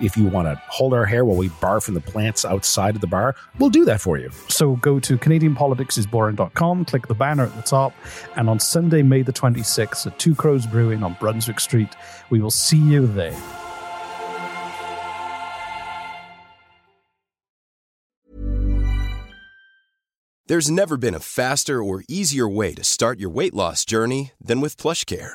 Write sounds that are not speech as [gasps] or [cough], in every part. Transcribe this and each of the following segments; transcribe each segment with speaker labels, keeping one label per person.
Speaker 1: If you want to hold our hair while we barf in the plants outside of the bar, we'll do that for you.
Speaker 2: So go to CanadianPoliticsIsBoring.com, click the banner at the top, and on Sunday, May the 26th at Two Crows Brewing on Brunswick Street, we will see you there.
Speaker 3: There's never been a faster or easier way to start your weight loss journey than with PlushCare.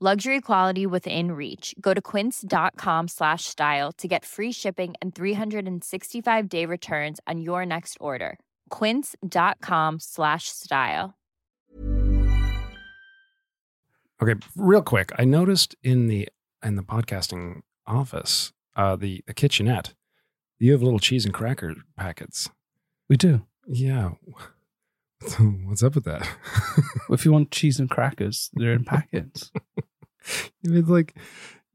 Speaker 4: Luxury quality within reach. Go to quince.com slash style to get free shipping and 365 day returns on your next order. Quince.com slash style.
Speaker 5: Okay, real quick, I noticed in the in the podcasting office, uh, the, the kitchenette, you have little cheese and cracker packets.
Speaker 2: We do.
Speaker 5: Yeah, [laughs] what's up with that? [laughs]
Speaker 2: if you want cheese and crackers, they're in packets.
Speaker 5: it's like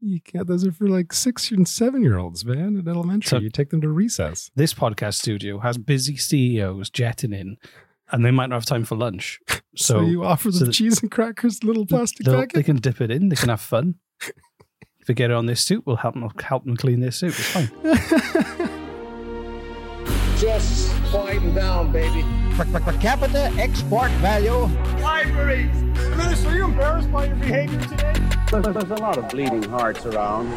Speaker 5: you can't. Those are for like six and seven year olds, man. At elementary,
Speaker 2: So-
Speaker 5: you take them to recess.
Speaker 2: [laughs] this podcast studio has busy CEOs jetting in, and they might not have time for lunch.
Speaker 5: So,
Speaker 2: [laughs] So,
Speaker 5: you offer them
Speaker 2: so that-
Speaker 5: cheese and crackers, in little plastic
Speaker 2: they'll- they
Speaker 5: packet.
Speaker 2: can dip it in. They can have [laughs] fun. if they get it on their suit, we'll help them help them clean their suit. It's fine.
Speaker 6: just climb down, baby. Per, per, per capita export value. Libraries. Minister, are you embarrassed by your behavior today? There's, there's a lot of bleeding hearts around.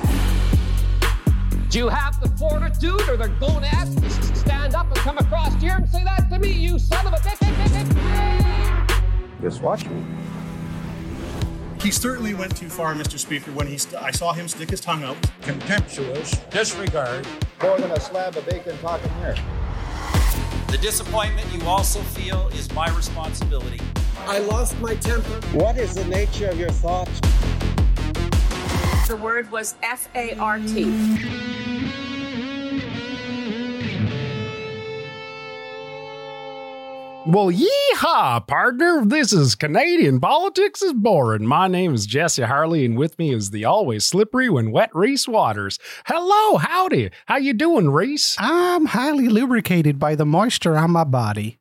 Speaker 7: Do you have the fortitude or the gold ass to stand up and come across here and say that to me, you son of a bitch?
Speaker 6: Just watch me.
Speaker 8: He certainly went too far, Mr. Speaker, when he st- I saw him stick his tongue out.
Speaker 6: Contemptuous disregard. More than a slab of bacon talking here.
Speaker 9: The disappointment you also feel is my responsibility.
Speaker 7: I lost my temper.
Speaker 6: What is the nature of your thoughts?
Speaker 10: The word was F A R T.
Speaker 5: Well, yeehaw, partner. This is Canadian Politics is Boring. My name is Jesse Harley, and with me is the always slippery when wet Reese Waters. Hello, howdy. How you doing, Reese?
Speaker 2: I'm highly lubricated by the moisture on my body.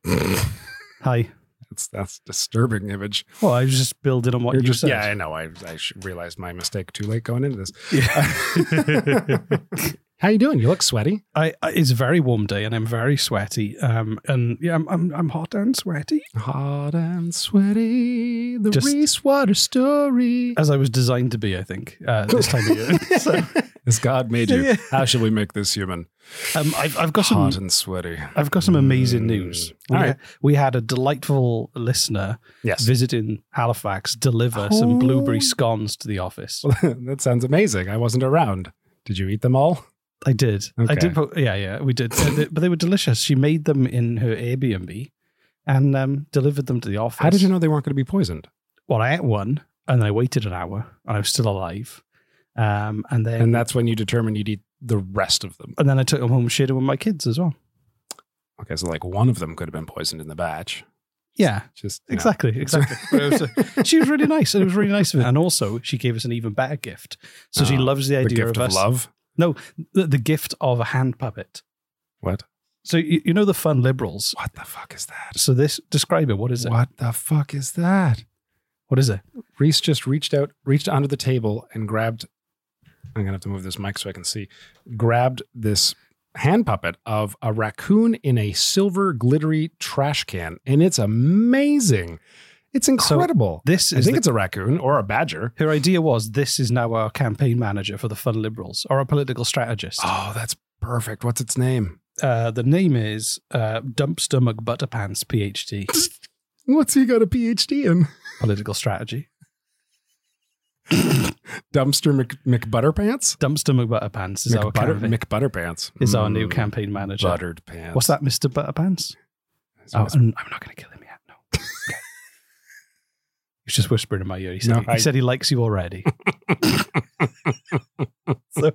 Speaker 2: Hi.
Speaker 5: That's, that's a disturbing image.
Speaker 2: Well, I was just building on what
Speaker 5: You're
Speaker 2: you
Speaker 5: just-
Speaker 2: said.
Speaker 5: yeah, I know. I, I sh- realized my mistake too late going into this. [laughs] How you doing? You look sweaty.
Speaker 2: I, I, it's a very warm day, and I'm very sweaty. Um, and yeah, I'm I'm, I'm hot and sweaty.
Speaker 5: Hot and sweaty. The
Speaker 2: Just-
Speaker 5: Reese Water story.
Speaker 2: as I was designed to be, I think, uh, this time
Speaker 5: [laughs]
Speaker 2: of year. So,
Speaker 5: As God made you,
Speaker 2: Yeah.
Speaker 5: how shall we make this human?
Speaker 2: um, I've, I've got
Speaker 5: Hot
Speaker 2: some.
Speaker 5: and sweaty.
Speaker 2: I've got some amazing news.
Speaker 5: Mm. All
Speaker 2: we,
Speaker 5: right.
Speaker 2: we had a delightful listener
Speaker 5: Yes.
Speaker 2: visiting Halifax deliver
Speaker 5: Oh.
Speaker 2: some blueberry scones to the office.
Speaker 5: Well, [laughs] that sounds amazing. I wasn't around. Did you eat them all?
Speaker 2: I did. I
Speaker 5: Okay.
Speaker 2: did. Put, yeah, yeah, we did. Uh, they- but they were delicious. She made them in her Airbnb and um, delivered them to the office.
Speaker 5: How did you know they weren't going to be poisoned?
Speaker 2: Well, I ate one and then I waited an hour and I was still alive. Um, and then
Speaker 5: And that's when you determined you'd eat the rest of them.
Speaker 2: and then I took them home and shared them with my kids as well.
Speaker 5: Okay, so like one of them could have been poisoned in the batch.
Speaker 2: Yeah.
Speaker 5: Just no.
Speaker 2: Exactly,
Speaker 5: [laughs]
Speaker 2: exactly. But it was a- she was really nice, and it was really nice of her. And also, she gave us an even better gift. So she
Speaker 5: Oh,
Speaker 2: loves the idea
Speaker 5: the gift of,
Speaker 2: us.
Speaker 5: love.
Speaker 2: No, the, the gift of a hand puppet.
Speaker 5: What?
Speaker 2: So you, you know the fun liberals.
Speaker 5: What the fuck is that?
Speaker 2: So this describe it. What is it?
Speaker 5: What the fuck is that?
Speaker 2: What is it?
Speaker 5: Reese just reached out, reached under the table and grabbed. I'm gonna have to move this mic so I can see. Grabbed this hand puppet of a raccoon in a silver glittery trash can, and it's amazing. It's incredible.
Speaker 2: This
Speaker 5: I
Speaker 2: is
Speaker 5: think
Speaker 2: the-
Speaker 5: it's a raccoon or a badger.
Speaker 2: her idea was this is now our campaign manager for the fun liberals or our political strategist.
Speaker 5: Oh, that's perfect. What's its name?
Speaker 2: Uh, the name is uh, Dump Stomach Butterpants
Speaker 5: [laughs]
Speaker 2: PhD
Speaker 5: What's he got a PhD in?
Speaker 2: political strategy.
Speaker 5: Dumpster Mc, McButterpants.
Speaker 2: Dump Stomach Butterpants is our
Speaker 5: McButter,
Speaker 2: campaign-
Speaker 5: McButterpants
Speaker 2: is our new
Speaker 5: Mm,
Speaker 2: campaign manager.
Speaker 5: Buttered pants.
Speaker 2: What's that, Mister Butterpants?
Speaker 5: It's
Speaker 2: Oh,
Speaker 5: mis-
Speaker 2: I'm, I'm not going to kill him yet. No.
Speaker 5: [laughs]
Speaker 2: Okay. He's just whispering in my ear. He said,
Speaker 5: No,
Speaker 2: he,
Speaker 5: I-
Speaker 2: said he likes you
Speaker 5: [laughs]
Speaker 2: already. [laughs] so,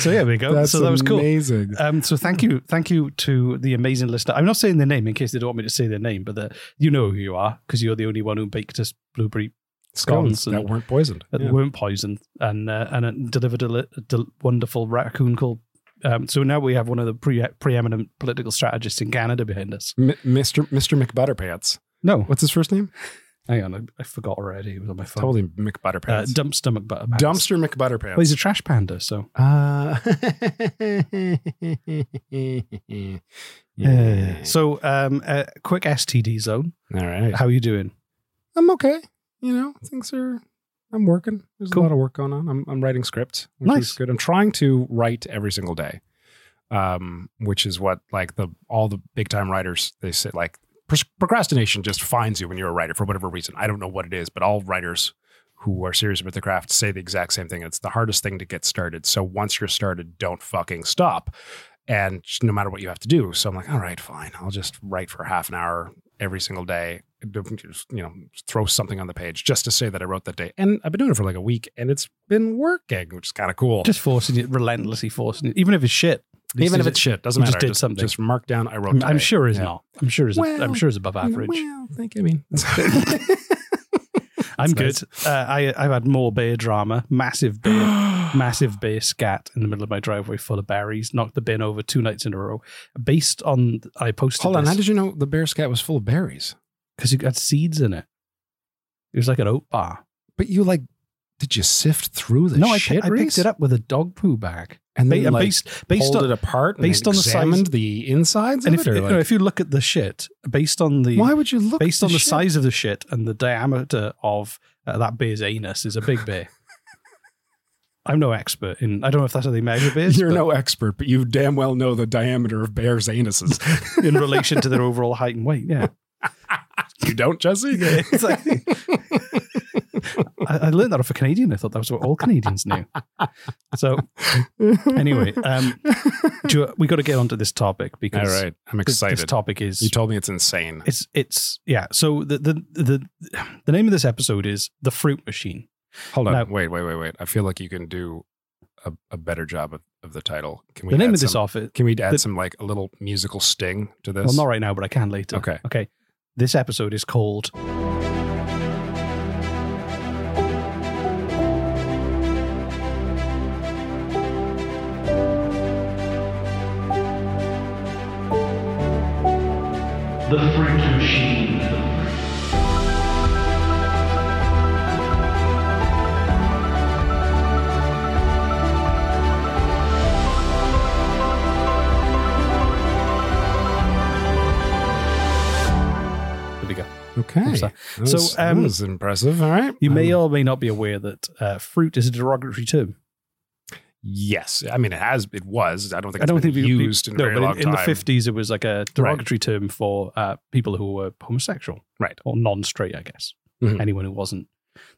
Speaker 2: so yeah, there we go. so that was cool.
Speaker 5: Amazing.
Speaker 2: Um, so thank you, thank you to the amazing listener. I'm not saying their name in case they don't want me to say their name, but the, you know who you are because you're the only one who baked us blueberry
Speaker 5: Scones
Speaker 2: scones and-
Speaker 5: that weren't poisoned.
Speaker 2: that
Speaker 5: Yeah.
Speaker 2: weren't poisoned and uh, and it delivered a, li- a del- wonderful raccoon called. Um, so now we have one of the pre- preeminent political strategists in Canada behind us.
Speaker 5: M- Mr. Mr. McButterpants.
Speaker 2: No,
Speaker 5: What's his first name?
Speaker 2: hang on, I, I forgot already. It was on my phone.
Speaker 5: Totally
Speaker 2: Uh,
Speaker 5: McButterpants.
Speaker 2: dump stomach butter. pants.
Speaker 5: Dumpster
Speaker 2: Well, he's
Speaker 5: McButterpants.
Speaker 2: a trash panda, so [laughs]
Speaker 5: Uh, [laughs] yeah.
Speaker 2: so um, uh, quick STD zone.
Speaker 5: All right.
Speaker 2: How are you doing?
Speaker 5: I'm okay. You know, things are. I'm working. There's
Speaker 2: Cool.
Speaker 5: a lot of work going on. I'm, I'm writing scripts. Which
Speaker 2: Nice.
Speaker 5: Is good. I'm trying to write every single day, um, which is what like the all the big time writers they say like pros- procrastination just finds you when you're a writer for whatever reason. I don't know what it is, but all writers who are serious about the craft say the exact same thing. It's the hardest thing to get started. So once you're started, don't fucking stop. And just no matter what you have to do. So I'm like, all right, fine. I'll just write for half an hour every single day. Just, you know, throw something on the page just to say that I wrote that day. And I've been doing it for like a week and it's been working, which is kind of cool.
Speaker 2: Just forcing it, relentlessly forcing it, even if it's shit. At least
Speaker 5: Even if
Speaker 2: it-
Speaker 5: it's shit, doesn't
Speaker 2: you
Speaker 5: matter.
Speaker 2: just did something.
Speaker 5: Just mark down I wrote.
Speaker 2: I'm, I'm
Speaker 5: today.
Speaker 2: sure it's
Speaker 5: Yeah.
Speaker 2: not. I'm sure it's.
Speaker 5: Well,
Speaker 2: I'm sure it's above
Speaker 5: You know,
Speaker 2: average.
Speaker 5: Well, thank you. I mean,
Speaker 2: [laughs] I'm
Speaker 5: that's
Speaker 2: good. Uh, I I've had more beer drama, massive
Speaker 5: [gasps]
Speaker 2: beer, massive beer scat in the middle of my driveway, full of berries. Knocked the bin over two nights in a row. Based on I posted.
Speaker 5: Hold on. How did you know the bear scat was full of berries?
Speaker 2: Because it had seeds in it. It was like an oat bar.
Speaker 5: But you like, did you sift through the
Speaker 2: no, I,
Speaker 5: shit?
Speaker 2: I picked
Speaker 5: Reese?
Speaker 2: it up with a dog poo bag.
Speaker 5: and
Speaker 2: Ba-
Speaker 5: then
Speaker 2: and
Speaker 5: like,
Speaker 2: based based
Speaker 5: pulled
Speaker 2: on
Speaker 5: it apart, and
Speaker 2: based
Speaker 5: then
Speaker 2: on the size-
Speaker 5: examined the insides
Speaker 2: and
Speaker 5: of
Speaker 2: if,
Speaker 5: it. or,
Speaker 2: you know,
Speaker 5: like,
Speaker 2: if you look at the shit, based on the
Speaker 5: why would you look
Speaker 2: based
Speaker 5: at
Speaker 2: on the
Speaker 5: shit?
Speaker 2: size of the shit and the diameter of uh, that beer's anus is a big
Speaker 5: [laughs]
Speaker 2: beer. I'm no expert in. I don't know if that's how they measure beers.
Speaker 5: You're
Speaker 2: but
Speaker 5: no expert, but you damn well know the diameter of bears' anuses.
Speaker 2: in relation to their overall height and weight.
Speaker 5: [laughs]
Speaker 2: Yeah,
Speaker 5: you don't,
Speaker 2: [laughs]
Speaker 5: Jesse? [laughs]
Speaker 2: it's like I, I learned that off a Canadian. I thought that was what all Canadians knew. So anyway, um, do you, we got to get onto this topic
Speaker 5: all
Speaker 2: because
Speaker 5: right. I'm
Speaker 2: this, this
Speaker 5: excited.
Speaker 2: topic is
Speaker 5: You told me it's insane.
Speaker 2: It's it's yeah. So the the the the name of this episode is the fruit machine.
Speaker 5: Hold on.
Speaker 2: Now-
Speaker 5: wait, wait, wait, wait. I feel like you can do a, a better job of, of the title. Can we
Speaker 2: The name
Speaker 5: add
Speaker 2: of this
Speaker 5: some,
Speaker 2: office.
Speaker 5: Can we add
Speaker 2: the-
Speaker 5: some like a little musical sting to this?
Speaker 2: Well, not right now, but I can later.
Speaker 5: Okay.
Speaker 2: Okay. This episode is called
Speaker 6: The French machine.
Speaker 2: Here we go.
Speaker 5: Okay.
Speaker 2: So-
Speaker 5: That was,
Speaker 2: so, um,
Speaker 5: that was impressive. All right.
Speaker 2: You may
Speaker 5: Um,
Speaker 2: or may not be aware that uh, fruit is a derogatory term.
Speaker 5: Yes. I mean, it has, it was. I don't think
Speaker 2: I
Speaker 5: it's
Speaker 2: don't think
Speaker 5: been
Speaker 2: we- we-
Speaker 5: used in a
Speaker 2: no,
Speaker 5: very
Speaker 2: but
Speaker 5: long
Speaker 2: in, in
Speaker 5: time.
Speaker 2: the fifties it was like a derogatory term for uh, people who were homosexual,
Speaker 5: Right.
Speaker 2: or non-straight, I guess.
Speaker 5: Mhm.
Speaker 2: Anyone who wasn't,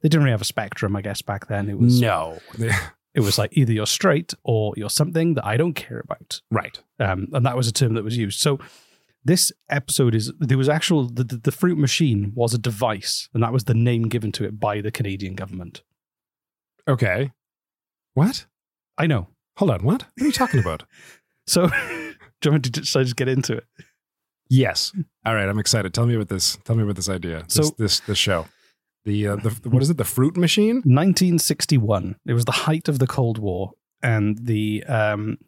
Speaker 2: they didn't really have a spectrum, I guess, back then. It was
Speaker 5: No. [laughs]
Speaker 2: it was like either you're straight or you're something that I don't care about.
Speaker 5: right.
Speaker 2: um, and that was a term that was used. So this episode is there was actual the, the, the fruit machine was a device, and that was the name given to it by the Canadian government.
Speaker 5: Okay. What?
Speaker 2: I know. [laughs]
Speaker 5: Hold on. What? What are you talking about?
Speaker 2: So do you want me to just, should I just get into it?
Speaker 5: Yes. All right. I'm excited. Tell me about this. Tell me about this idea. This
Speaker 2: So-
Speaker 5: this this show. The uh, the what is it? The fruit machine.
Speaker 2: 1961. It was the height of the Cold War, and the um,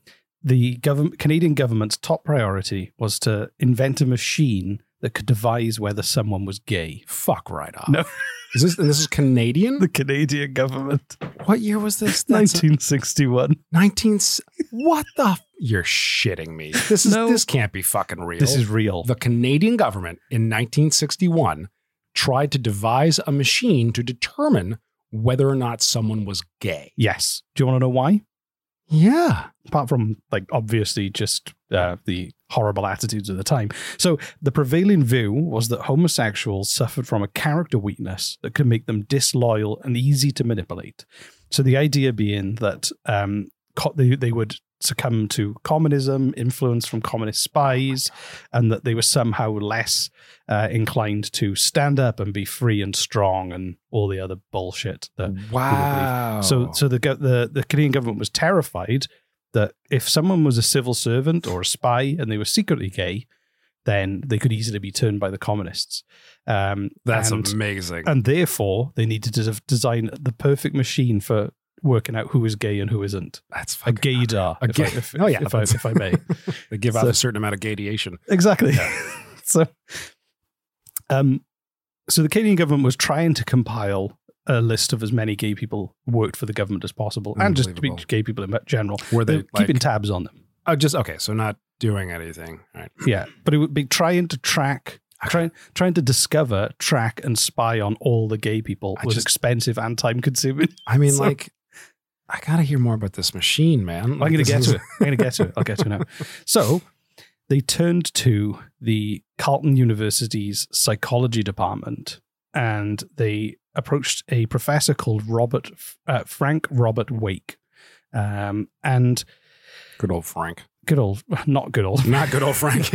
Speaker 2: the government, Canadian government's top priority was to invent a machine that could devise whether someone was gay.
Speaker 5: Fuck right off.
Speaker 2: No. [laughs]
Speaker 5: Is this and this is Canadian?
Speaker 2: The Canadian government,
Speaker 5: what year was this? That's
Speaker 2: 1961.
Speaker 5: 19 What the f- You're shitting me. This is
Speaker 2: No.
Speaker 5: this can't be fucking real.
Speaker 2: This is real.
Speaker 5: the Canadian government in 1961 tried to devise a machine to determine whether or not someone was gay.
Speaker 2: yes. Do you want to know why?
Speaker 5: Yeah.
Speaker 2: Apart from like obviously just uh, the horrible attitudes of the time. So the prevailing view was that homosexuals suffered from a character weakness that could make them disloyal and easy to manipulate. So the idea being that um, co- they, they would succumb to communism, influence from communist spies, and that they were somehow less uh, inclined to stand up and be free and strong and all the other bullshit. That
Speaker 5: Wow.
Speaker 2: So so the go- the the Canadian government was terrified that if someone was a civil servant or a spy and they were secretly gay, then they could easily be turned by the communists. Um,
Speaker 5: that's
Speaker 2: and,
Speaker 5: amazing.
Speaker 2: and therefore they needed to des- design the perfect machine for working out who is gay and who isn't.
Speaker 5: that's
Speaker 2: A
Speaker 5: fucking
Speaker 2: gaydar. if
Speaker 5: A
Speaker 2: I-
Speaker 5: gay-
Speaker 2: if-
Speaker 5: oh, yeah.
Speaker 2: if I, if I may.
Speaker 5: [laughs] They give out
Speaker 2: So-
Speaker 5: a certain amount of gadiation.
Speaker 2: Exactly. [laughs] so, um, so the Canadian government was trying to compile a list of as many gay people who worked for the government as possible, and just to be
Speaker 5: Unbelievable.
Speaker 2: gay people in general.
Speaker 5: Were they
Speaker 2: They're keeping
Speaker 5: like-
Speaker 2: tabs on them?
Speaker 5: Oh, just okay. So not doing anything. All right.
Speaker 2: Yeah, but it would be trying to track. Trying, trying to discover, track, and spy on all the gay people
Speaker 5: I
Speaker 2: was
Speaker 5: just-
Speaker 2: expensive and time-consuming.
Speaker 5: I mean,
Speaker 2: So-
Speaker 5: like, I gotta hear more about this machine, man.
Speaker 2: I'm going to get to it. [laughs] I'm going to get to it. I'll get to it now. [laughs] So they turned to the Carleton University's psychology department and they approached a professor called Robert uh, Frank Robert Wake. Um, and
Speaker 5: Good old Frank.
Speaker 2: good old, not good old.
Speaker 5: Not good
Speaker 2: [laughs]
Speaker 5: old Frank.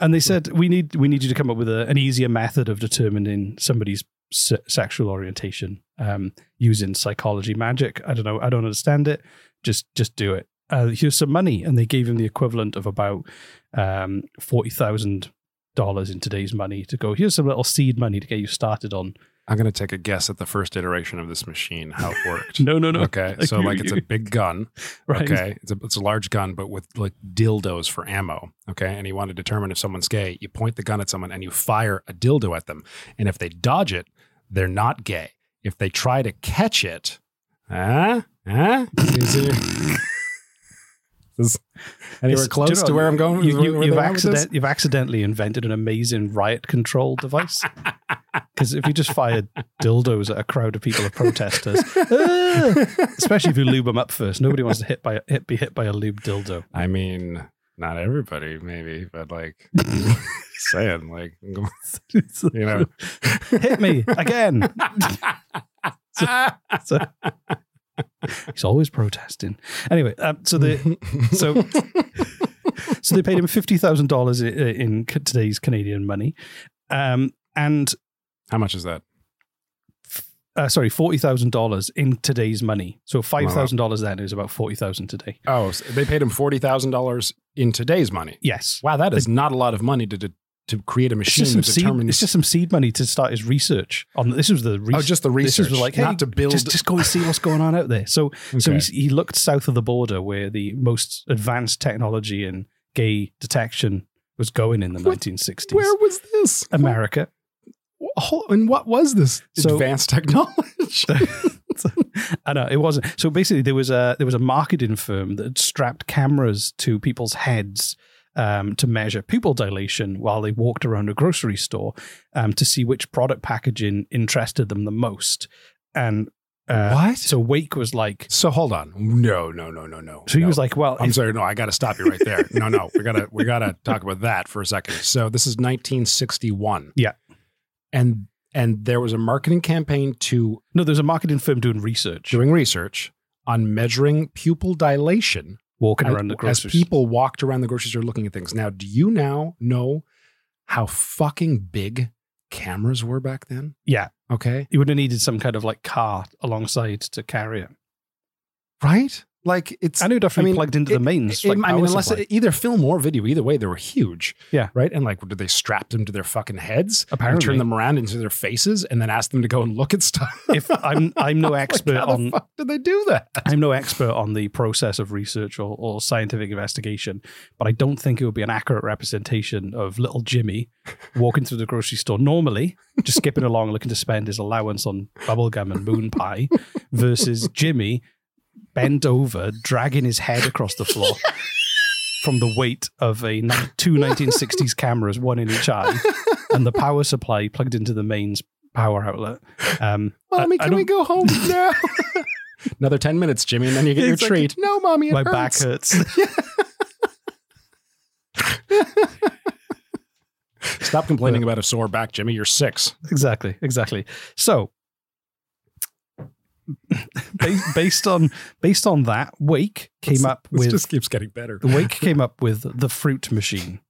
Speaker 2: And they said, we need, we need you to come up with a, an easier method of determining somebody's se- sexual orientation um, using psychology magic. I don't know. I don't understand it. Just, just do it. Uh, here's some money, and they gave him the equivalent of about um, forty thousand dollars in today's money to go. Here's some little seed money to get you started on.
Speaker 5: [laughs] I'm gonna take a guess at the first iteration of this machine,
Speaker 2: [laughs]
Speaker 5: how it worked.
Speaker 2: No, no, no.
Speaker 5: Okay, so like it's a big gun.
Speaker 2: [laughs] Right.
Speaker 5: Okay, it's a it's a large gun, but with like dildos for ammo. Okay, and you want to determine if someone's gay. You point the gun at someone and you fire a dildo at them, and if they dodge it, they're not gay. If they try to catch it, huh? Huh? Is
Speaker 2: [laughs]
Speaker 5: it- Is anywhere
Speaker 2: It's- do you
Speaker 5: close
Speaker 2: know,
Speaker 5: to where I'm going?
Speaker 2: You,
Speaker 5: Where- where
Speaker 2: have
Speaker 5: they're going with this?
Speaker 2: accident, you've accidentally invented an amazing riot control
Speaker 5: [laughs]
Speaker 2: device. Because if you just fired dildos at a crowd of people, of protesters, ah, especially if you lube them up first, nobody wants to hit by hit, be hit by a lube dildo.
Speaker 5: I mean, not everybody, maybe,
Speaker 2: [laughs]
Speaker 5: but like saying, like, [laughs] [laughs] you know,
Speaker 2: Hit
Speaker 5: [laughs]
Speaker 2: me again. So, he's always protesting. Anyway, um, so the so so they paid him fifty thousand dollars in today's Canadian money, um, and
Speaker 5: [laughs] how much is that?
Speaker 2: uh, sorry, forty thousand dollars in today's money. So five thousand dollars then is about forty thousand today.
Speaker 5: Oh, so they paid him forty thousand dollars in today's money.
Speaker 2: Yes,
Speaker 5: Wow, that is not a lot of money to to, to create a
Speaker 2: it's
Speaker 5: machine
Speaker 2: just some
Speaker 5: that
Speaker 2: seed.
Speaker 5: determines.
Speaker 2: It's just some seed money to start his research on. This was the research.
Speaker 5: oh, just the
Speaker 2: this
Speaker 5: research,
Speaker 2: was like hey,
Speaker 5: not to build.
Speaker 2: Just, just go and see what's going on out there. So so
Speaker 5: Okay.
Speaker 2: he's, he looked south of the border where the most advanced technology in gay detection was going in the
Speaker 5: What?
Speaker 2: nineteen sixties.
Speaker 5: where was this
Speaker 2: America.
Speaker 5: Ho- And what was this
Speaker 2: So-
Speaker 5: advanced
Speaker 2: [laughs]
Speaker 5: [laughs] technology?
Speaker 2: I know it wasn't. So basically, there was a there was a marketing firm that strapped cameras to people's heads um, to measure pupil dilation while they walked around a grocery store um, to see which product packaging interested them the most. And uh,
Speaker 5: What?
Speaker 2: So Wake was like,
Speaker 5: so hold on. No, no, no, no, no.
Speaker 2: so he
Speaker 5: no.
Speaker 2: was like, well,
Speaker 5: I'm
Speaker 2: if-
Speaker 5: sorry, no, I got to stop you right
Speaker 2: [laughs]
Speaker 5: there. No, no, we gotta we gotta talk about that for a second. So this is 1961.
Speaker 2: Yeah.
Speaker 5: and and there was a marketing campaign to
Speaker 2: no, there's a marketing firm doing research,
Speaker 5: doing research on measuring pupil dilation
Speaker 2: walking
Speaker 5: as,
Speaker 2: around the
Speaker 5: as
Speaker 2: grocery store.
Speaker 5: people walked around the grocery store looking at things. Now, do you now know how fucking big cameras were back then?
Speaker 2: Yeah.
Speaker 5: Okay.
Speaker 2: You would have needed some kind of like cart alongside to carry it.
Speaker 5: Right. Like it's,
Speaker 2: I knew definitely plugged into the mains, like
Speaker 5: I mean,
Speaker 2: power
Speaker 5: unless
Speaker 2: supply.
Speaker 5: it- either film or video, either way, they were huge.
Speaker 2: Yeah.
Speaker 5: Right. And like, did they strap them to their fucking heads? and
Speaker 2: Apparently.
Speaker 5: turn them around into their faces, and then ask them to go and look at stuff. [laughs]
Speaker 2: If I'm, I'm no expert
Speaker 5: How the
Speaker 2: on
Speaker 5: fuck did they do that?
Speaker 2: I'm no expert on the process of research or, or scientific investigation, but I don't think it would be an accurate representation of little Jimmy walking through the grocery store normally, just skipping along looking to spend his allowance on bubblegum and moon pie, versus Jimmy bent over, dragging his head across the floor. From the weight of a nin- two 1960s cameras, one in each eye, and the power supply plugged into the mains power outlet. Um, I-
Speaker 5: Mommy,
Speaker 2: I
Speaker 5: can we
Speaker 2: don't-
Speaker 5: go [laughs] home now? Another 10 minutes, Jimmy, and then [laughs] you get your
Speaker 2: It's like-
Speaker 5: treat. No, mommy, it
Speaker 2: My
Speaker 5: hurts.
Speaker 2: back hurts.
Speaker 5: Stop complaining about a sore back, Jimmy. You're [laughs] six.
Speaker 2: exactly exactly so based, based on based on that wake came up
Speaker 5: [laughs] This
Speaker 2: with
Speaker 5: just keeps getting better.
Speaker 2: the wake came up with the fruit machine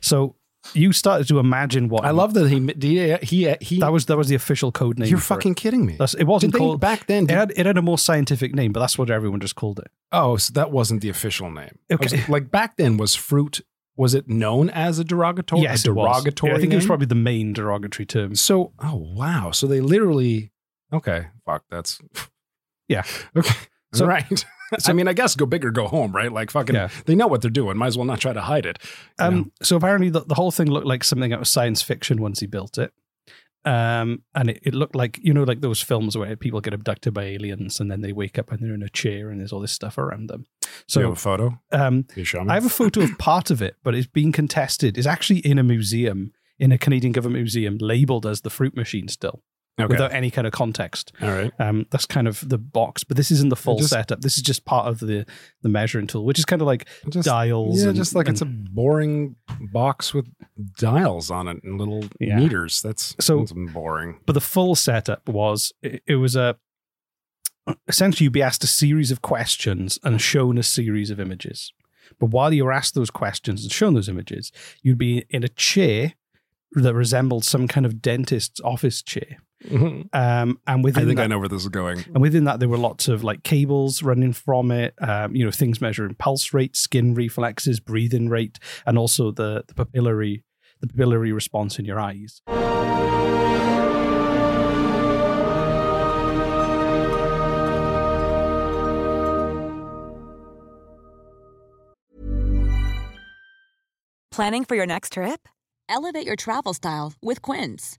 Speaker 2: so you started to imagine what
Speaker 5: I love that he he he, he
Speaker 2: that was that was the official code name
Speaker 5: You're
Speaker 2: for it.
Speaker 5: fucking kidding me.
Speaker 2: That's- it wasn't
Speaker 5: Did they
Speaker 2: called
Speaker 5: back then?
Speaker 2: it
Speaker 5: did-
Speaker 2: had, it had a more scientific name but that's what everyone just called it
Speaker 5: oh, so that wasn't the official name. I was-
Speaker 2: Okay.
Speaker 5: like back then was fruit. Was it known as a derogatory?
Speaker 2: yes
Speaker 5: a
Speaker 2: it was.
Speaker 5: derogatory.
Speaker 2: Yeah, i think it was
Speaker 5: name?
Speaker 2: probably the main derogatory term
Speaker 5: So, oh wow. So they literally. Okay, fuck. That's
Speaker 2: [laughs] Yeah.
Speaker 5: [laughs] Okay.
Speaker 2: So- [laughs]
Speaker 5: So right. I mean, I guess go big or go home, right? Like fucking,
Speaker 2: Yeah.
Speaker 5: they know what they're doing. Might as well not try to hide it. you
Speaker 2: Um,
Speaker 5: know?
Speaker 2: So apparently, the, the whole thing looked like something out of science fiction once he built it. Um, and it, it looked like you know, like those films where people get abducted by aliens and then they wake up and they're in a chair and there's all this stuff around them.
Speaker 5: Do you have
Speaker 2: So
Speaker 5: a photo?
Speaker 2: um,
Speaker 5: Can you show me?
Speaker 2: I have a photo of part of it, but it's been contested. It's actually in a museum, in a Canadian government museum, labeled as the fruit machine still,
Speaker 5: okay.
Speaker 2: without any kind of context.
Speaker 5: All right.
Speaker 2: Um, that's kind of the box, but this isn't the full
Speaker 5: just-
Speaker 2: setup. This is just part of the the measuring tool, which is kind of like
Speaker 5: Just,
Speaker 2: dials.
Speaker 5: yeah,
Speaker 2: and-
Speaker 5: just like it's a
Speaker 2: and-
Speaker 5: boring box with dials on it and little
Speaker 2: Yeah.
Speaker 5: meters. That's
Speaker 2: So-
Speaker 5: that's boring. [laughs]
Speaker 2: but the full setup was it, it was a essentially you'd be asked a series of questions and shown a series of images but while you were asked those questions and shown those images you'd be in a chair that resembled some kind of dentist's office chair um, and
Speaker 5: I
Speaker 2: within
Speaker 5: think
Speaker 2: that,
Speaker 5: I know where this is going.
Speaker 2: and within that there were lots of like cables running from it um, you know things measuring pulse rate skin reflexes breathing rate and also the, the papillary the papillary response in your eyes
Speaker 11: Planning for your next trip? Elevate your travel style with Quince.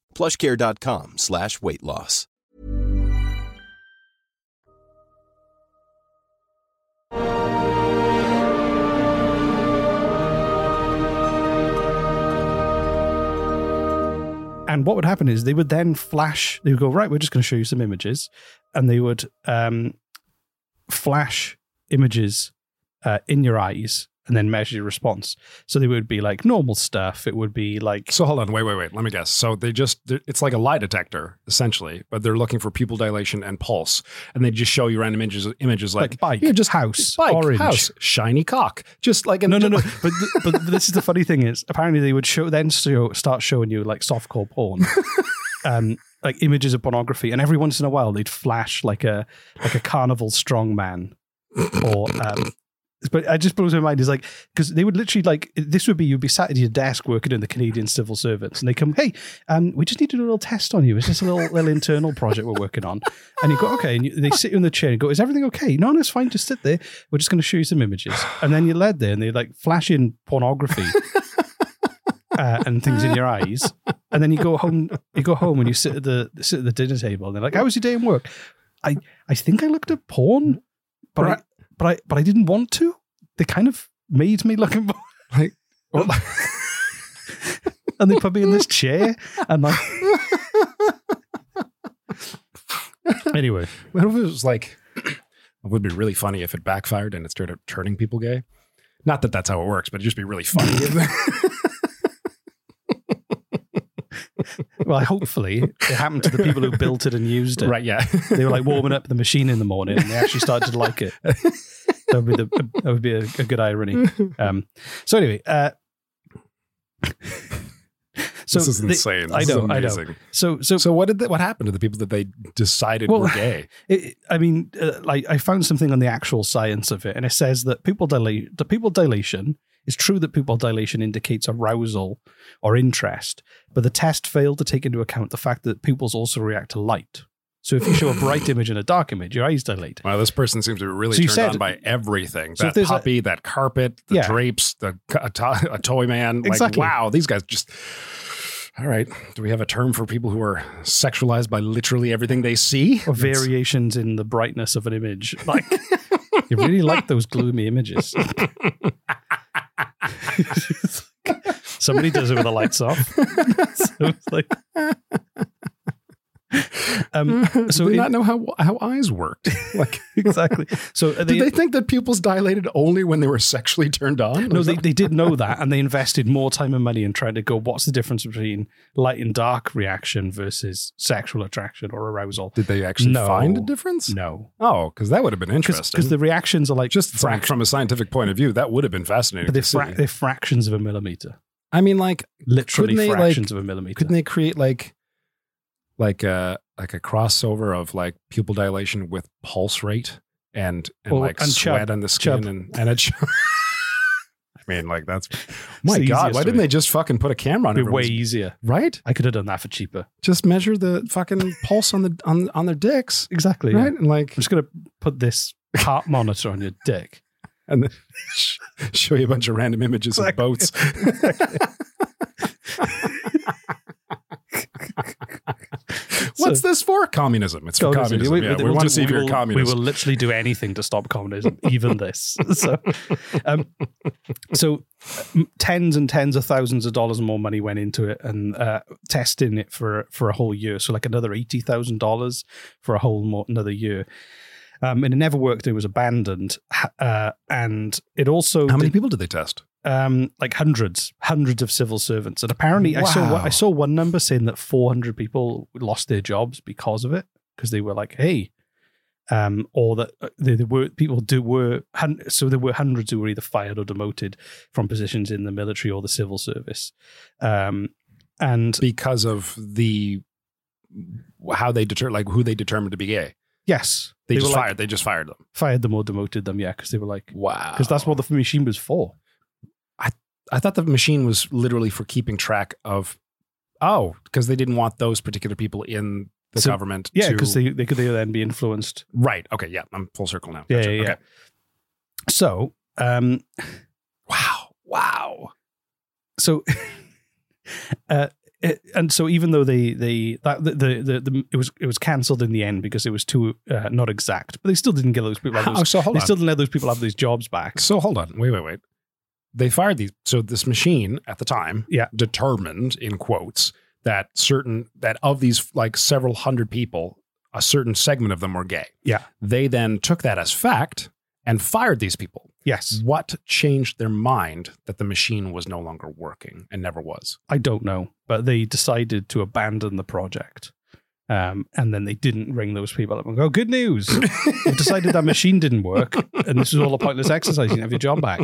Speaker 3: Plushcare.com slash weight loss.
Speaker 2: And what would happen is they would then flash, they would go, right, we're just going to show you some images. And they would um, flash images uh, in your eyes and then measure your response. So they would be like normal stuff. It would be like,
Speaker 5: So hold on, wait, wait, wait. Let me guess. So they just—it's like a lie detector essentially, but they're looking for pupil dilation and pulse, and they just show you random images, images like,
Speaker 2: like, bike,
Speaker 5: yeah, just
Speaker 2: house,
Speaker 5: bike,
Speaker 2: orange.
Speaker 5: house, shiny cock, just
Speaker 2: [laughs]
Speaker 5: like
Speaker 2: No, no, no. but, th- [laughs] but this is the funny thing is apparently they would show then show, start showing you like softcore [laughs] porn. um, like images of pornography, and every once in a while they'd flash like a like a carnival strongman, or um, but I just blows my mind is like because they would literally like this would be you'd be sat at your desk working in the Canadian civil servants, and they come, hey, um, we just need to do a little test on you. It's just a little little internal project we're working on, and you go okay, and you, they sit you in the chair and go, is everything okay? No, no, it's fine. Just sit there. We're just going to show you some images, and then you're led there, and they like flash in pornography. uh, and things in your eyes, and then you go home. You go home and you sit at the sit at the dinner table, and they're like, "How was your day in work?" I I think I looked at porn, but I, but I but I didn't want to. They kind of made me look [laughs] at porn. Like, and they put me in this chair, and like. anyway,
Speaker 5: What if it was like, [clears throat] it would be really funny if it backfired and it started turning people gay? Not that that's how it works, but it'd just be really funny. [laughs]
Speaker 2: well, hopefully it happened to the people who built it and used it.
Speaker 5: [laughs] Right, yeah.
Speaker 2: they were like warming up the machine in the morning and they actually started to like it. That would be, the, that would be a, a good irony. Um, so anyway, uh, [laughs] so
Speaker 5: [laughs] this is
Speaker 2: they-
Speaker 5: insane.
Speaker 2: I
Speaker 5: This is
Speaker 2: know, I know.
Speaker 5: amazing.
Speaker 2: So, so,
Speaker 5: so what did they, what happened to the people that they decided
Speaker 2: [laughs]
Speaker 5: were gay?
Speaker 2: It, it- I mean, uh, like I found something on the actual science of it, and it says that pupil dilate the pupil dilation. It's true that pupil dilation indicates arousal or interest, but the test failed to take into account the fact that pupils also react to light. So if you show a bright image and a dark image, your eyes dilate.
Speaker 5: Wow, this person seems to be really
Speaker 2: So you
Speaker 5: turned
Speaker 2: said-
Speaker 5: on by everything.
Speaker 2: So if
Speaker 5: that
Speaker 2: there's a-
Speaker 5: puppy, that carpet, the
Speaker 2: Yeah.
Speaker 5: drapes, the co- a, to- a toy man.
Speaker 2: Exactly.
Speaker 5: Like, wow, these guys just. All right. Do we have a term for people who are sexualized by literally everything they see?
Speaker 2: Or
Speaker 5: That's-
Speaker 2: variations in the brightness of an image. Like [laughs] you really like those gloomy images. [laughs] Somebody does it with the lights off. [laughs] so it's like
Speaker 5: [laughs]
Speaker 2: um, so
Speaker 5: Did they
Speaker 2: it-
Speaker 5: not know how how eyes
Speaker 2: [laughs]
Speaker 5: worked. Like,
Speaker 2: exactly. So they,
Speaker 5: did they think that pupils dilated only when they were sexually turned on?
Speaker 2: no, they, they did know that, and they invested more time and money in trying to go. What's the difference between light and dark reaction versus sexual attraction or arousal?
Speaker 5: Did they actually
Speaker 2: No.
Speaker 5: find a difference?
Speaker 2: No,
Speaker 5: Oh, because that would have been interesting.
Speaker 2: because the reactions are like
Speaker 5: just from,
Speaker 2: fraction-
Speaker 5: from a scientific point of view, that would have been fascinating.
Speaker 2: but they're,
Speaker 5: to see.
Speaker 2: fra- they're fractions of a millimeter.
Speaker 5: I mean, like,
Speaker 2: literally
Speaker 5: Couldn't they,
Speaker 2: fractions
Speaker 5: like-
Speaker 2: of a millimeter.
Speaker 5: couldn't they create like, like a like a crossover of like pupil dilation with pulse rate and and
Speaker 2: Well,
Speaker 5: like
Speaker 2: and chub-
Speaker 5: sweat on the skin
Speaker 2: chub.
Speaker 5: and and a. Ch- [laughs] I mean, like that's [laughs] my
Speaker 2: the
Speaker 5: god.
Speaker 2: easiest
Speaker 5: Why didn't
Speaker 2: way.
Speaker 5: they just fucking put a camera on
Speaker 2: It'd be way
Speaker 5: it?
Speaker 2: easier.
Speaker 5: Right?
Speaker 2: I could have done that for cheaper.
Speaker 5: Just measure the fucking pulse on the on on their dicks,
Speaker 2: Exactly.
Speaker 5: right? And like,
Speaker 2: I'm just gonna put this heart monitor on your dick.
Speaker 5: and then [laughs] sh- show you a bunch of random images
Speaker 2: Exactly. [laughs]
Speaker 5: of boats. What's
Speaker 2: So-
Speaker 5: this for? Communism. It's for communism.
Speaker 2: We,
Speaker 5: yeah, we
Speaker 2: we'll
Speaker 5: want
Speaker 2: do-
Speaker 5: to see if
Speaker 2: we
Speaker 5: you're
Speaker 2: will-
Speaker 5: communist.
Speaker 2: We will literally do anything to stop communism, even this. [laughs] So, um, so m- tens and tens of thousands of dollars more money went into it, and uh, testing it for for a whole year. So, like another eighty thousand dollars for a whole more, another year. Um, and it never worked. It was abandoned, Ha- uh, and it also
Speaker 5: How many
Speaker 2: did-
Speaker 5: people did they test?
Speaker 2: um, like hundreds, hundreds of civil servants, and apparently I saw
Speaker 5: Wow.
Speaker 2: I saw one number saying that 400 people lost their jobs because of it because they were like, hey, um, or that uh, there, there were people do were hun- so there were hundreds who were either fired or demoted from positions in the military or the civil service, um, and
Speaker 5: Because of the how they deter like who they determined to be gay.
Speaker 2: yes,
Speaker 5: They,
Speaker 2: were
Speaker 5: just
Speaker 2: like,
Speaker 5: fired. They just fired them.
Speaker 2: fired them or demoted them, yeah, because they were like
Speaker 5: Wow.
Speaker 2: because that's what the machine was for.
Speaker 5: I thought the machine was literally for keeping track of. Oh, because they didn't want those particular people in the
Speaker 2: So-
Speaker 5: government.
Speaker 2: Yeah,
Speaker 5: to-
Speaker 2: because they, they could then be influenced
Speaker 5: Right. Okay. Yeah. I'm full circle now.
Speaker 2: Yeah,
Speaker 5: Gotcha.
Speaker 2: yeah, yeah.
Speaker 5: Okay.
Speaker 2: So, um,
Speaker 5: Wow. Wow.
Speaker 2: so, [laughs] uh, it, and so even though they they that the the, the, the it was it was cancelled in the end because it was too uh, not exact, but they still didn't get those people. Have
Speaker 5: Oh,
Speaker 2: those,
Speaker 5: so hold
Speaker 2: they
Speaker 5: on.
Speaker 2: still didn't let those people have those jobs back.
Speaker 5: So hold on. Wait, wait, wait. They fired these. So this machine at the time
Speaker 2: Yeah.
Speaker 5: determined, in quotes, that certain, that of these like several hundred people, a certain segment of them were gay.
Speaker 2: Yeah.
Speaker 5: They then took that as fact and fired these people.
Speaker 2: Yes,
Speaker 5: What changed their mind that the machine was no longer working and never was?
Speaker 2: I don't know, but they decided to abandon the project. Um, and then they didn't ring those people up and go, "Good news! We've decided that machine didn't work, and this was all a pointless exercise. You can have your job
Speaker 5: [laughs]
Speaker 2: back."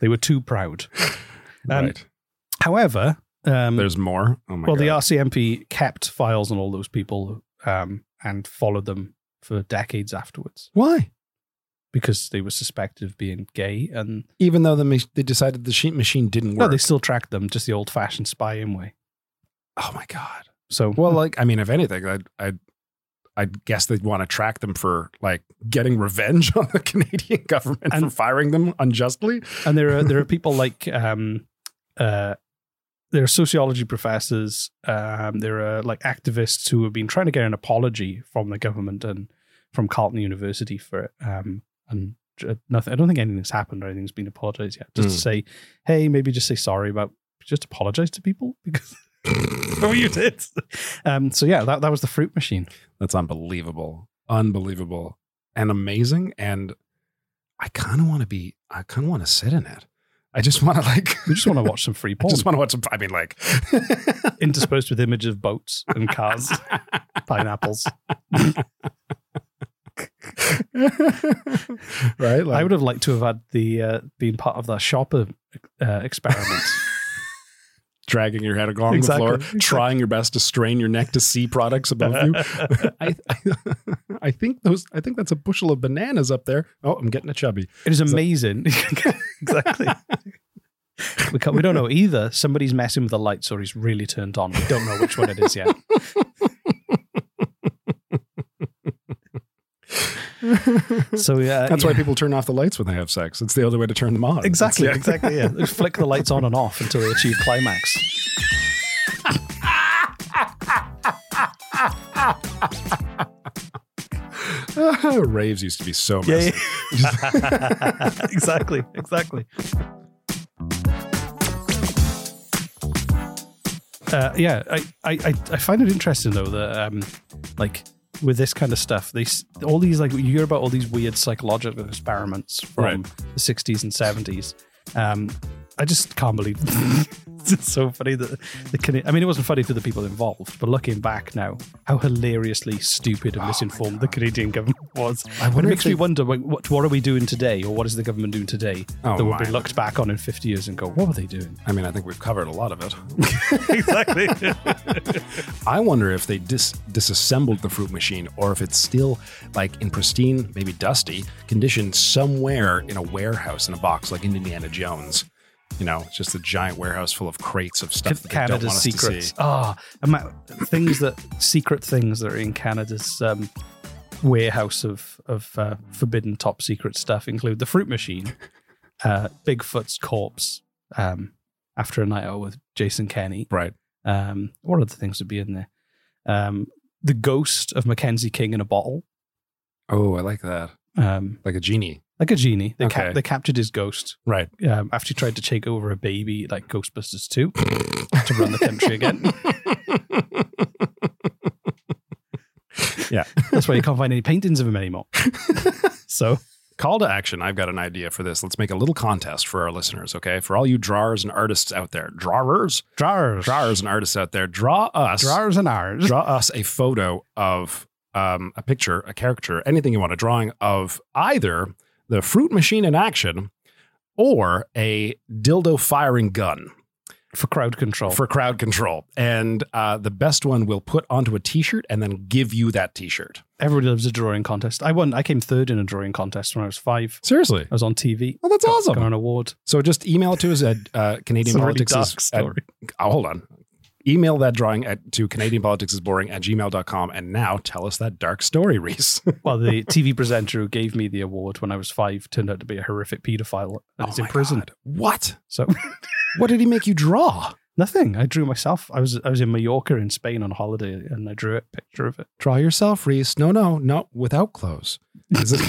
Speaker 2: They were too proud. Um,
Speaker 5: right.
Speaker 2: However, um,
Speaker 5: There's more. Oh my
Speaker 2: well, the
Speaker 5: God.
Speaker 2: RCMP kept files on all those people um, and followed them for decades afterwards
Speaker 5: Why?
Speaker 2: because they were suspected of being gay. And
Speaker 5: Even though the mach- they decided the sheet machine didn't
Speaker 2: no,
Speaker 5: work.
Speaker 2: they still tracked them just the old fashioned spying way.
Speaker 5: oh my God.
Speaker 2: So,
Speaker 5: Well, like I mean, if anything, I'd I'd, I'd guess they'd want to track them for like getting revenge [laughs] on the Canadian government for
Speaker 2: And-
Speaker 5: firing them unjustly.
Speaker 2: and there are there are people like um, uh, there are sociology professors, um, there are like activists who have been trying to get an apology from the government and from Carleton University for it. Um, and uh, nothing, I don't think anything's happened or anything's been apologized yet. Just to
Speaker 5: Hmm.
Speaker 12: Mm.
Speaker 2: say, hey, maybe just say sorry about, just apologize to people [laughs]
Speaker 5: [laughs]
Speaker 2: because. oh, you did. Um, so yeah, that, that was the fruit machine.
Speaker 5: That's unbelievable. Unbelievable and amazing. And I kind of want to be, I kind of want to sit in it. I just want to like,
Speaker 2: We just want to watch some free
Speaker 5: [laughs] I
Speaker 2: porn.
Speaker 5: just want to watch some, I mean, like,
Speaker 2: [laughs]
Speaker 5: [laughs]
Speaker 2: interspersed with images of boats and
Speaker 5: [laughs]
Speaker 2: cars, pineapples.
Speaker 5: right?
Speaker 2: I
Speaker 5: Like,
Speaker 2: would have liked to have had the uh, been part of that shopper uh, [laughs] experiment.
Speaker 5: dragging your head along
Speaker 2: Exactly,
Speaker 5: the floor,
Speaker 2: exactly.
Speaker 5: trying your best to strain your neck to see products above
Speaker 2: [laughs]
Speaker 5: you. I, I, [laughs] I think those, I think that's a bushel of bananas up there. Oh, I'm getting a chubby.
Speaker 2: It is amazing. [laughs] exactly. We, can't, we don't know either. Somebody's messing with the lights or he's really turned on. We don't know which one it is [laughs] yet. so yeah,
Speaker 5: That's
Speaker 2: yeah.
Speaker 5: why people turn off the lights when they have sex. It's the only way to turn them on. It's
Speaker 2: Exactly,
Speaker 5: like-
Speaker 2: exactly. Yeah, They [laughs] flick the lights on and off until they achieve climax.
Speaker 5: [laughs] oh, Raves used to be so messy.
Speaker 2: Yeah, yeah. [laughs] exactly, exactly. Uh, yeah, I, I, I I find it interesting though that um, like with this kind of stuff, they s- all these like you hear about all these weird psychological experiments from
Speaker 5: Right.
Speaker 2: the '60s and '70s. Um, I just can't believe [laughs] it's so funny that the Cana- I mean, it wasn't funny to the people involved, but looking back now, how hilariously stupid and misinformed the Canadian government [laughs] was.
Speaker 5: Oh I
Speaker 2: And
Speaker 5: wonder
Speaker 2: it
Speaker 5: if
Speaker 2: makes me
Speaker 5: they-
Speaker 2: wonder like, what what are we doing today, or what is the government doing today
Speaker 5: Oh,
Speaker 2: that will be
Speaker 5: my.
Speaker 2: looked back on in fifty years and go, what were they doing?
Speaker 5: I mean, I think we've covered a lot of [laughs] it.
Speaker 2: exactly.
Speaker 5: [laughs] I wonder if they dis- disassembled the fruit machine or if it's still like in pristine, maybe dusty condition somewhere in a warehouse in a box, like in Indiana Jones. You know, it's just a giant warehouse full of crates of stuff that they don't want
Speaker 2: Canada's
Speaker 5: us to
Speaker 2: secrets.
Speaker 5: see.
Speaker 2: Ah, ama- things that secret things that are in Canada's um, warehouse of of uh, forbidden top secret stuff include the fruit
Speaker 5: [laughs]
Speaker 2: machine, uh, Bigfoot's corpse, um, after a night out with Jason Kenny.
Speaker 5: Right.
Speaker 2: Um, what other things would be in there? Um, the ghost of Mackenzie King in a bottle,
Speaker 5: Oh, I like that.
Speaker 2: um,
Speaker 5: Like a genie.
Speaker 2: like a genie. They cap-
Speaker 5: Okay.
Speaker 2: they captured his ghost
Speaker 5: Right. [laughs]
Speaker 2: um, after he tried to take over a baby like Ghostbusters 2 to run the country again.
Speaker 5: Yeah.
Speaker 2: That's why you can't find any paintings of him
Speaker 5: [laughs]
Speaker 2: anymore. so,
Speaker 5: Call to action. I've got an idea for this. Let's make a little contest for our listeners, okay? For all you drawers and artists out there. Drawers?
Speaker 2: drawers.
Speaker 5: Drawers and artists out there. Draw us.
Speaker 2: Drawers and ours.
Speaker 5: draw us a photo of um, a picture, a caricature, anything you want, a drawing of either the fruit machine in action or a dildo firing gun
Speaker 2: for crowd control.
Speaker 5: for crowd control. And uh, the best one will put onto a t shirt and then give you that t shirt.
Speaker 2: Everybody loves a drawing contest. I won. I came third in a drawing contest when I was five.
Speaker 5: Seriously.
Speaker 2: I was on TV.
Speaker 5: Well, Oh, that's
Speaker 2: Got-
Speaker 5: awesome.
Speaker 2: Got an award.
Speaker 5: So just email it to us at uh, Canadian
Speaker 2: It's a really
Speaker 5: Politics.
Speaker 2: dark story.
Speaker 5: oh, hold on. Email that drawing at, to Canadian Politics is Boring at gmail.com. And now tell us that dark story, Reese. [laughs]
Speaker 2: well, the TV presenter who gave me the award when I was five turned out to be a horrific pedophile and is
Speaker 5: Oh my
Speaker 2: imprisoned.
Speaker 5: God. What?
Speaker 2: So, [laughs]
Speaker 5: What did he make you draw?
Speaker 2: nothing. I drew myself. I was I was in Mallorca in Spain on holiday and I drew a picture of it.
Speaker 5: draw yourself, Reese. No, no, not without clothes. Is it-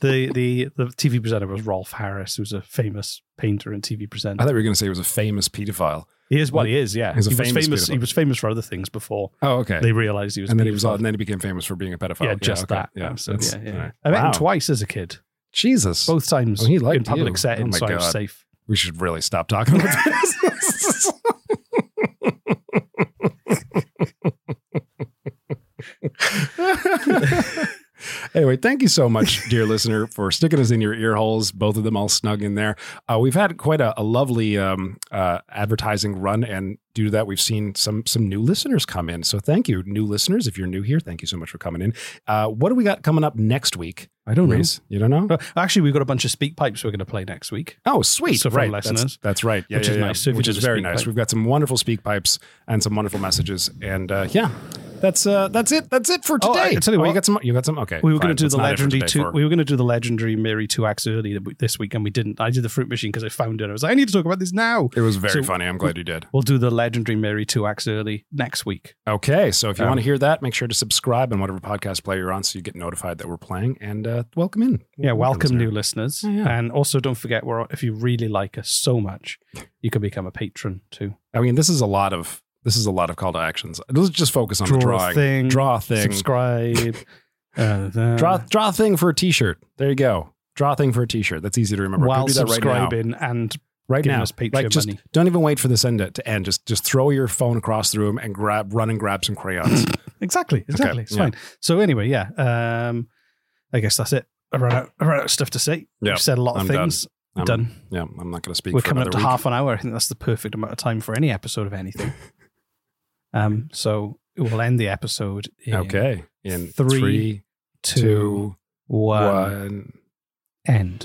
Speaker 2: the the the TV presenter was Rolf Harris, who's a famous painter and TV
Speaker 5: I
Speaker 2: presenter.
Speaker 5: thought we were going to say he was a famous pedophile.
Speaker 2: He is what he is. Yeah,
Speaker 5: He's a
Speaker 2: he was
Speaker 5: famous
Speaker 2: famous.
Speaker 5: pedophile.
Speaker 2: He was famous for other things before
Speaker 5: Oh, okay.
Speaker 2: they realized he was.
Speaker 5: and
Speaker 2: a
Speaker 5: then he was,
Speaker 2: pedophile.
Speaker 5: and then he became famous for being a pedophile.
Speaker 2: yeah, just
Speaker 5: okay.
Speaker 2: that.
Speaker 5: Yeah,
Speaker 2: Yeah, so,
Speaker 5: that's-
Speaker 2: yeah, yeah.
Speaker 5: all right.
Speaker 2: I met
Speaker 5: Wow.
Speaker 2: him twice as a kid,
Speaker 5: Jesus,
Speaker 2: both times
Speaker 5: Oh, he liked
Speaker 2: in public
Speaker 5: you.
Speaker 2: settings,
Speaker 5: Oh,
Speaker 2: so
Speaker 5: my
Speaker 2: I was
Speaker 5: God.
Speaker 2: safe.
Speaker 5: we should really stop talking about this. anyway, thank you so much, dear listener, for sticking us in your ear holes, both of them all snug in there. Uh, we've had quite a, a lovely um, uh, advertising run, and due to that, we've seen some some new listeners come in. So thank you, new listeners. If you're new here, thank you so much for coming in. Uh, what do we got coming up next week? I
Speaker 2: don't know.
Speaker 5: You don't know? Uh,
Speaker 2: But actually, we've got a bunch of speak pipes we're going to play next week.
Speaker 5: Oh, sweet.
Speaker 2: So from
Speaker 5: right. That's,
Speaker 2: listeners.
Speaker 5: that's right. Yeah,
Speaker 2: Which
Speaker 5: yeah,
Speaker 2: is
Speaker 5: yeah.
Speaker 2: nice. So if you
Speaker 5: Which
Speaker 2: do
Speaker 5: is
Speaker 2: the
Speaker 5: very
Speaker 2: speak
Speaker 5: nice.
Speaker 2: pipe.
Speaker 5: We've got some wonderful speak pipes and some wonderful messages. And uh, yeah, That's uh, that's it. That's it for
Speaker 2: Oh,
Speaker 5: today.
Speaker 2: I tell you what-
Speaker 5: you got some. You got some. Okay,
Speaker 2: We were
Speaker 5: fine.
Speaker 2: going to do
Speaker 5: That's
Speaker 2: the
Speaker 5: not it for
Speaker 2: legendary
Speaker 5: today
Speaker 2: two.
Speaker 5: for-
Speaker 2: We were going to do the legendary Mary two acts early th- this week, and we didn't. I did the fruit machine because I found it. I was like, I need to talk about this now.
Speaker 5: It was very funny. I'm glad you did.
Speaker 2: We'll do the legendary Mary two acts early next week.
Speaker 5: Okay, so if you
Speaker 2: Um,
Speaker 5: want to hear that, make sure to subscribe on whatever podcast player you're on, so you get notified that we're playing. And uh, welcome in.
Speaker 2: Yeah, welcome
Speaker 5: listener.
Speaker 2: new listeners,
Speaker 5: Oh, yeah.
Speaker 2: and also don't forget, we're if you really like us so much, you can become a patron too.
Speaker 5: I mean, this is a lot of this is a lot of call to actions. Let's just focus on
Speaker 2: Draw
Speaker 5: the
Speaker 2: a
Speaker 5: drawing.
Speaker 2: thing,
Speaker 5: Draw a thing. [laughs]
Speaker 2: Subscribe. uh, then-
Speaker 5: Draw draw a thing for a t-shirt. There you go. Draw a thing for a t-shirt. That's easy to remember. Go
Speaker 2: while
Speaker 5: do that right now.
Speaker 2: subscribing and
Speaker 5: Right
Speaker 2: giving
Speaker 5: now,
Speaker 2: us Patreon
Speaker 5: like just
Speaker 2: money.
Speaker 5: don't even wait for this end to, to end. Just just throw your phone across the room and grab, run and grab some
Speaker 2: [clears throat]
Speaker 5: crayons.
Speaker 2: Exactly. Exactly. It's
Speaker 5: yeah.
Speaker 2: fine. So anyway, yeah. Um, I guess that's it. I ran out. I ran out of stuff to say.
Speaker 5: Yeah,
Speaker 2: We've said a lot of
Speaker 5: I'm done.
Speaker 2: things.
Speaker 5: I'm-
Speaker 2: Done.
Speaker 5: Yeah, I'm not going to speak.
Speaker 2: We're
Speaker 5: for
Speaker 2: coming up to
Speaker 5: another week.
Speaker 2: half an hour. I think that's the perfect amount of time for any episode of
Speaker 5: [laughs]
Speaker 2: anything. um. So we'll end the episode. In
Speaker 5: Okay. In
Speaker 2: Three,
Speaker 5: three,
Speaker 2: two,
Speaker 5: two,
Speaker 2: one.
Speaker 5: one.
Speaker 2: End.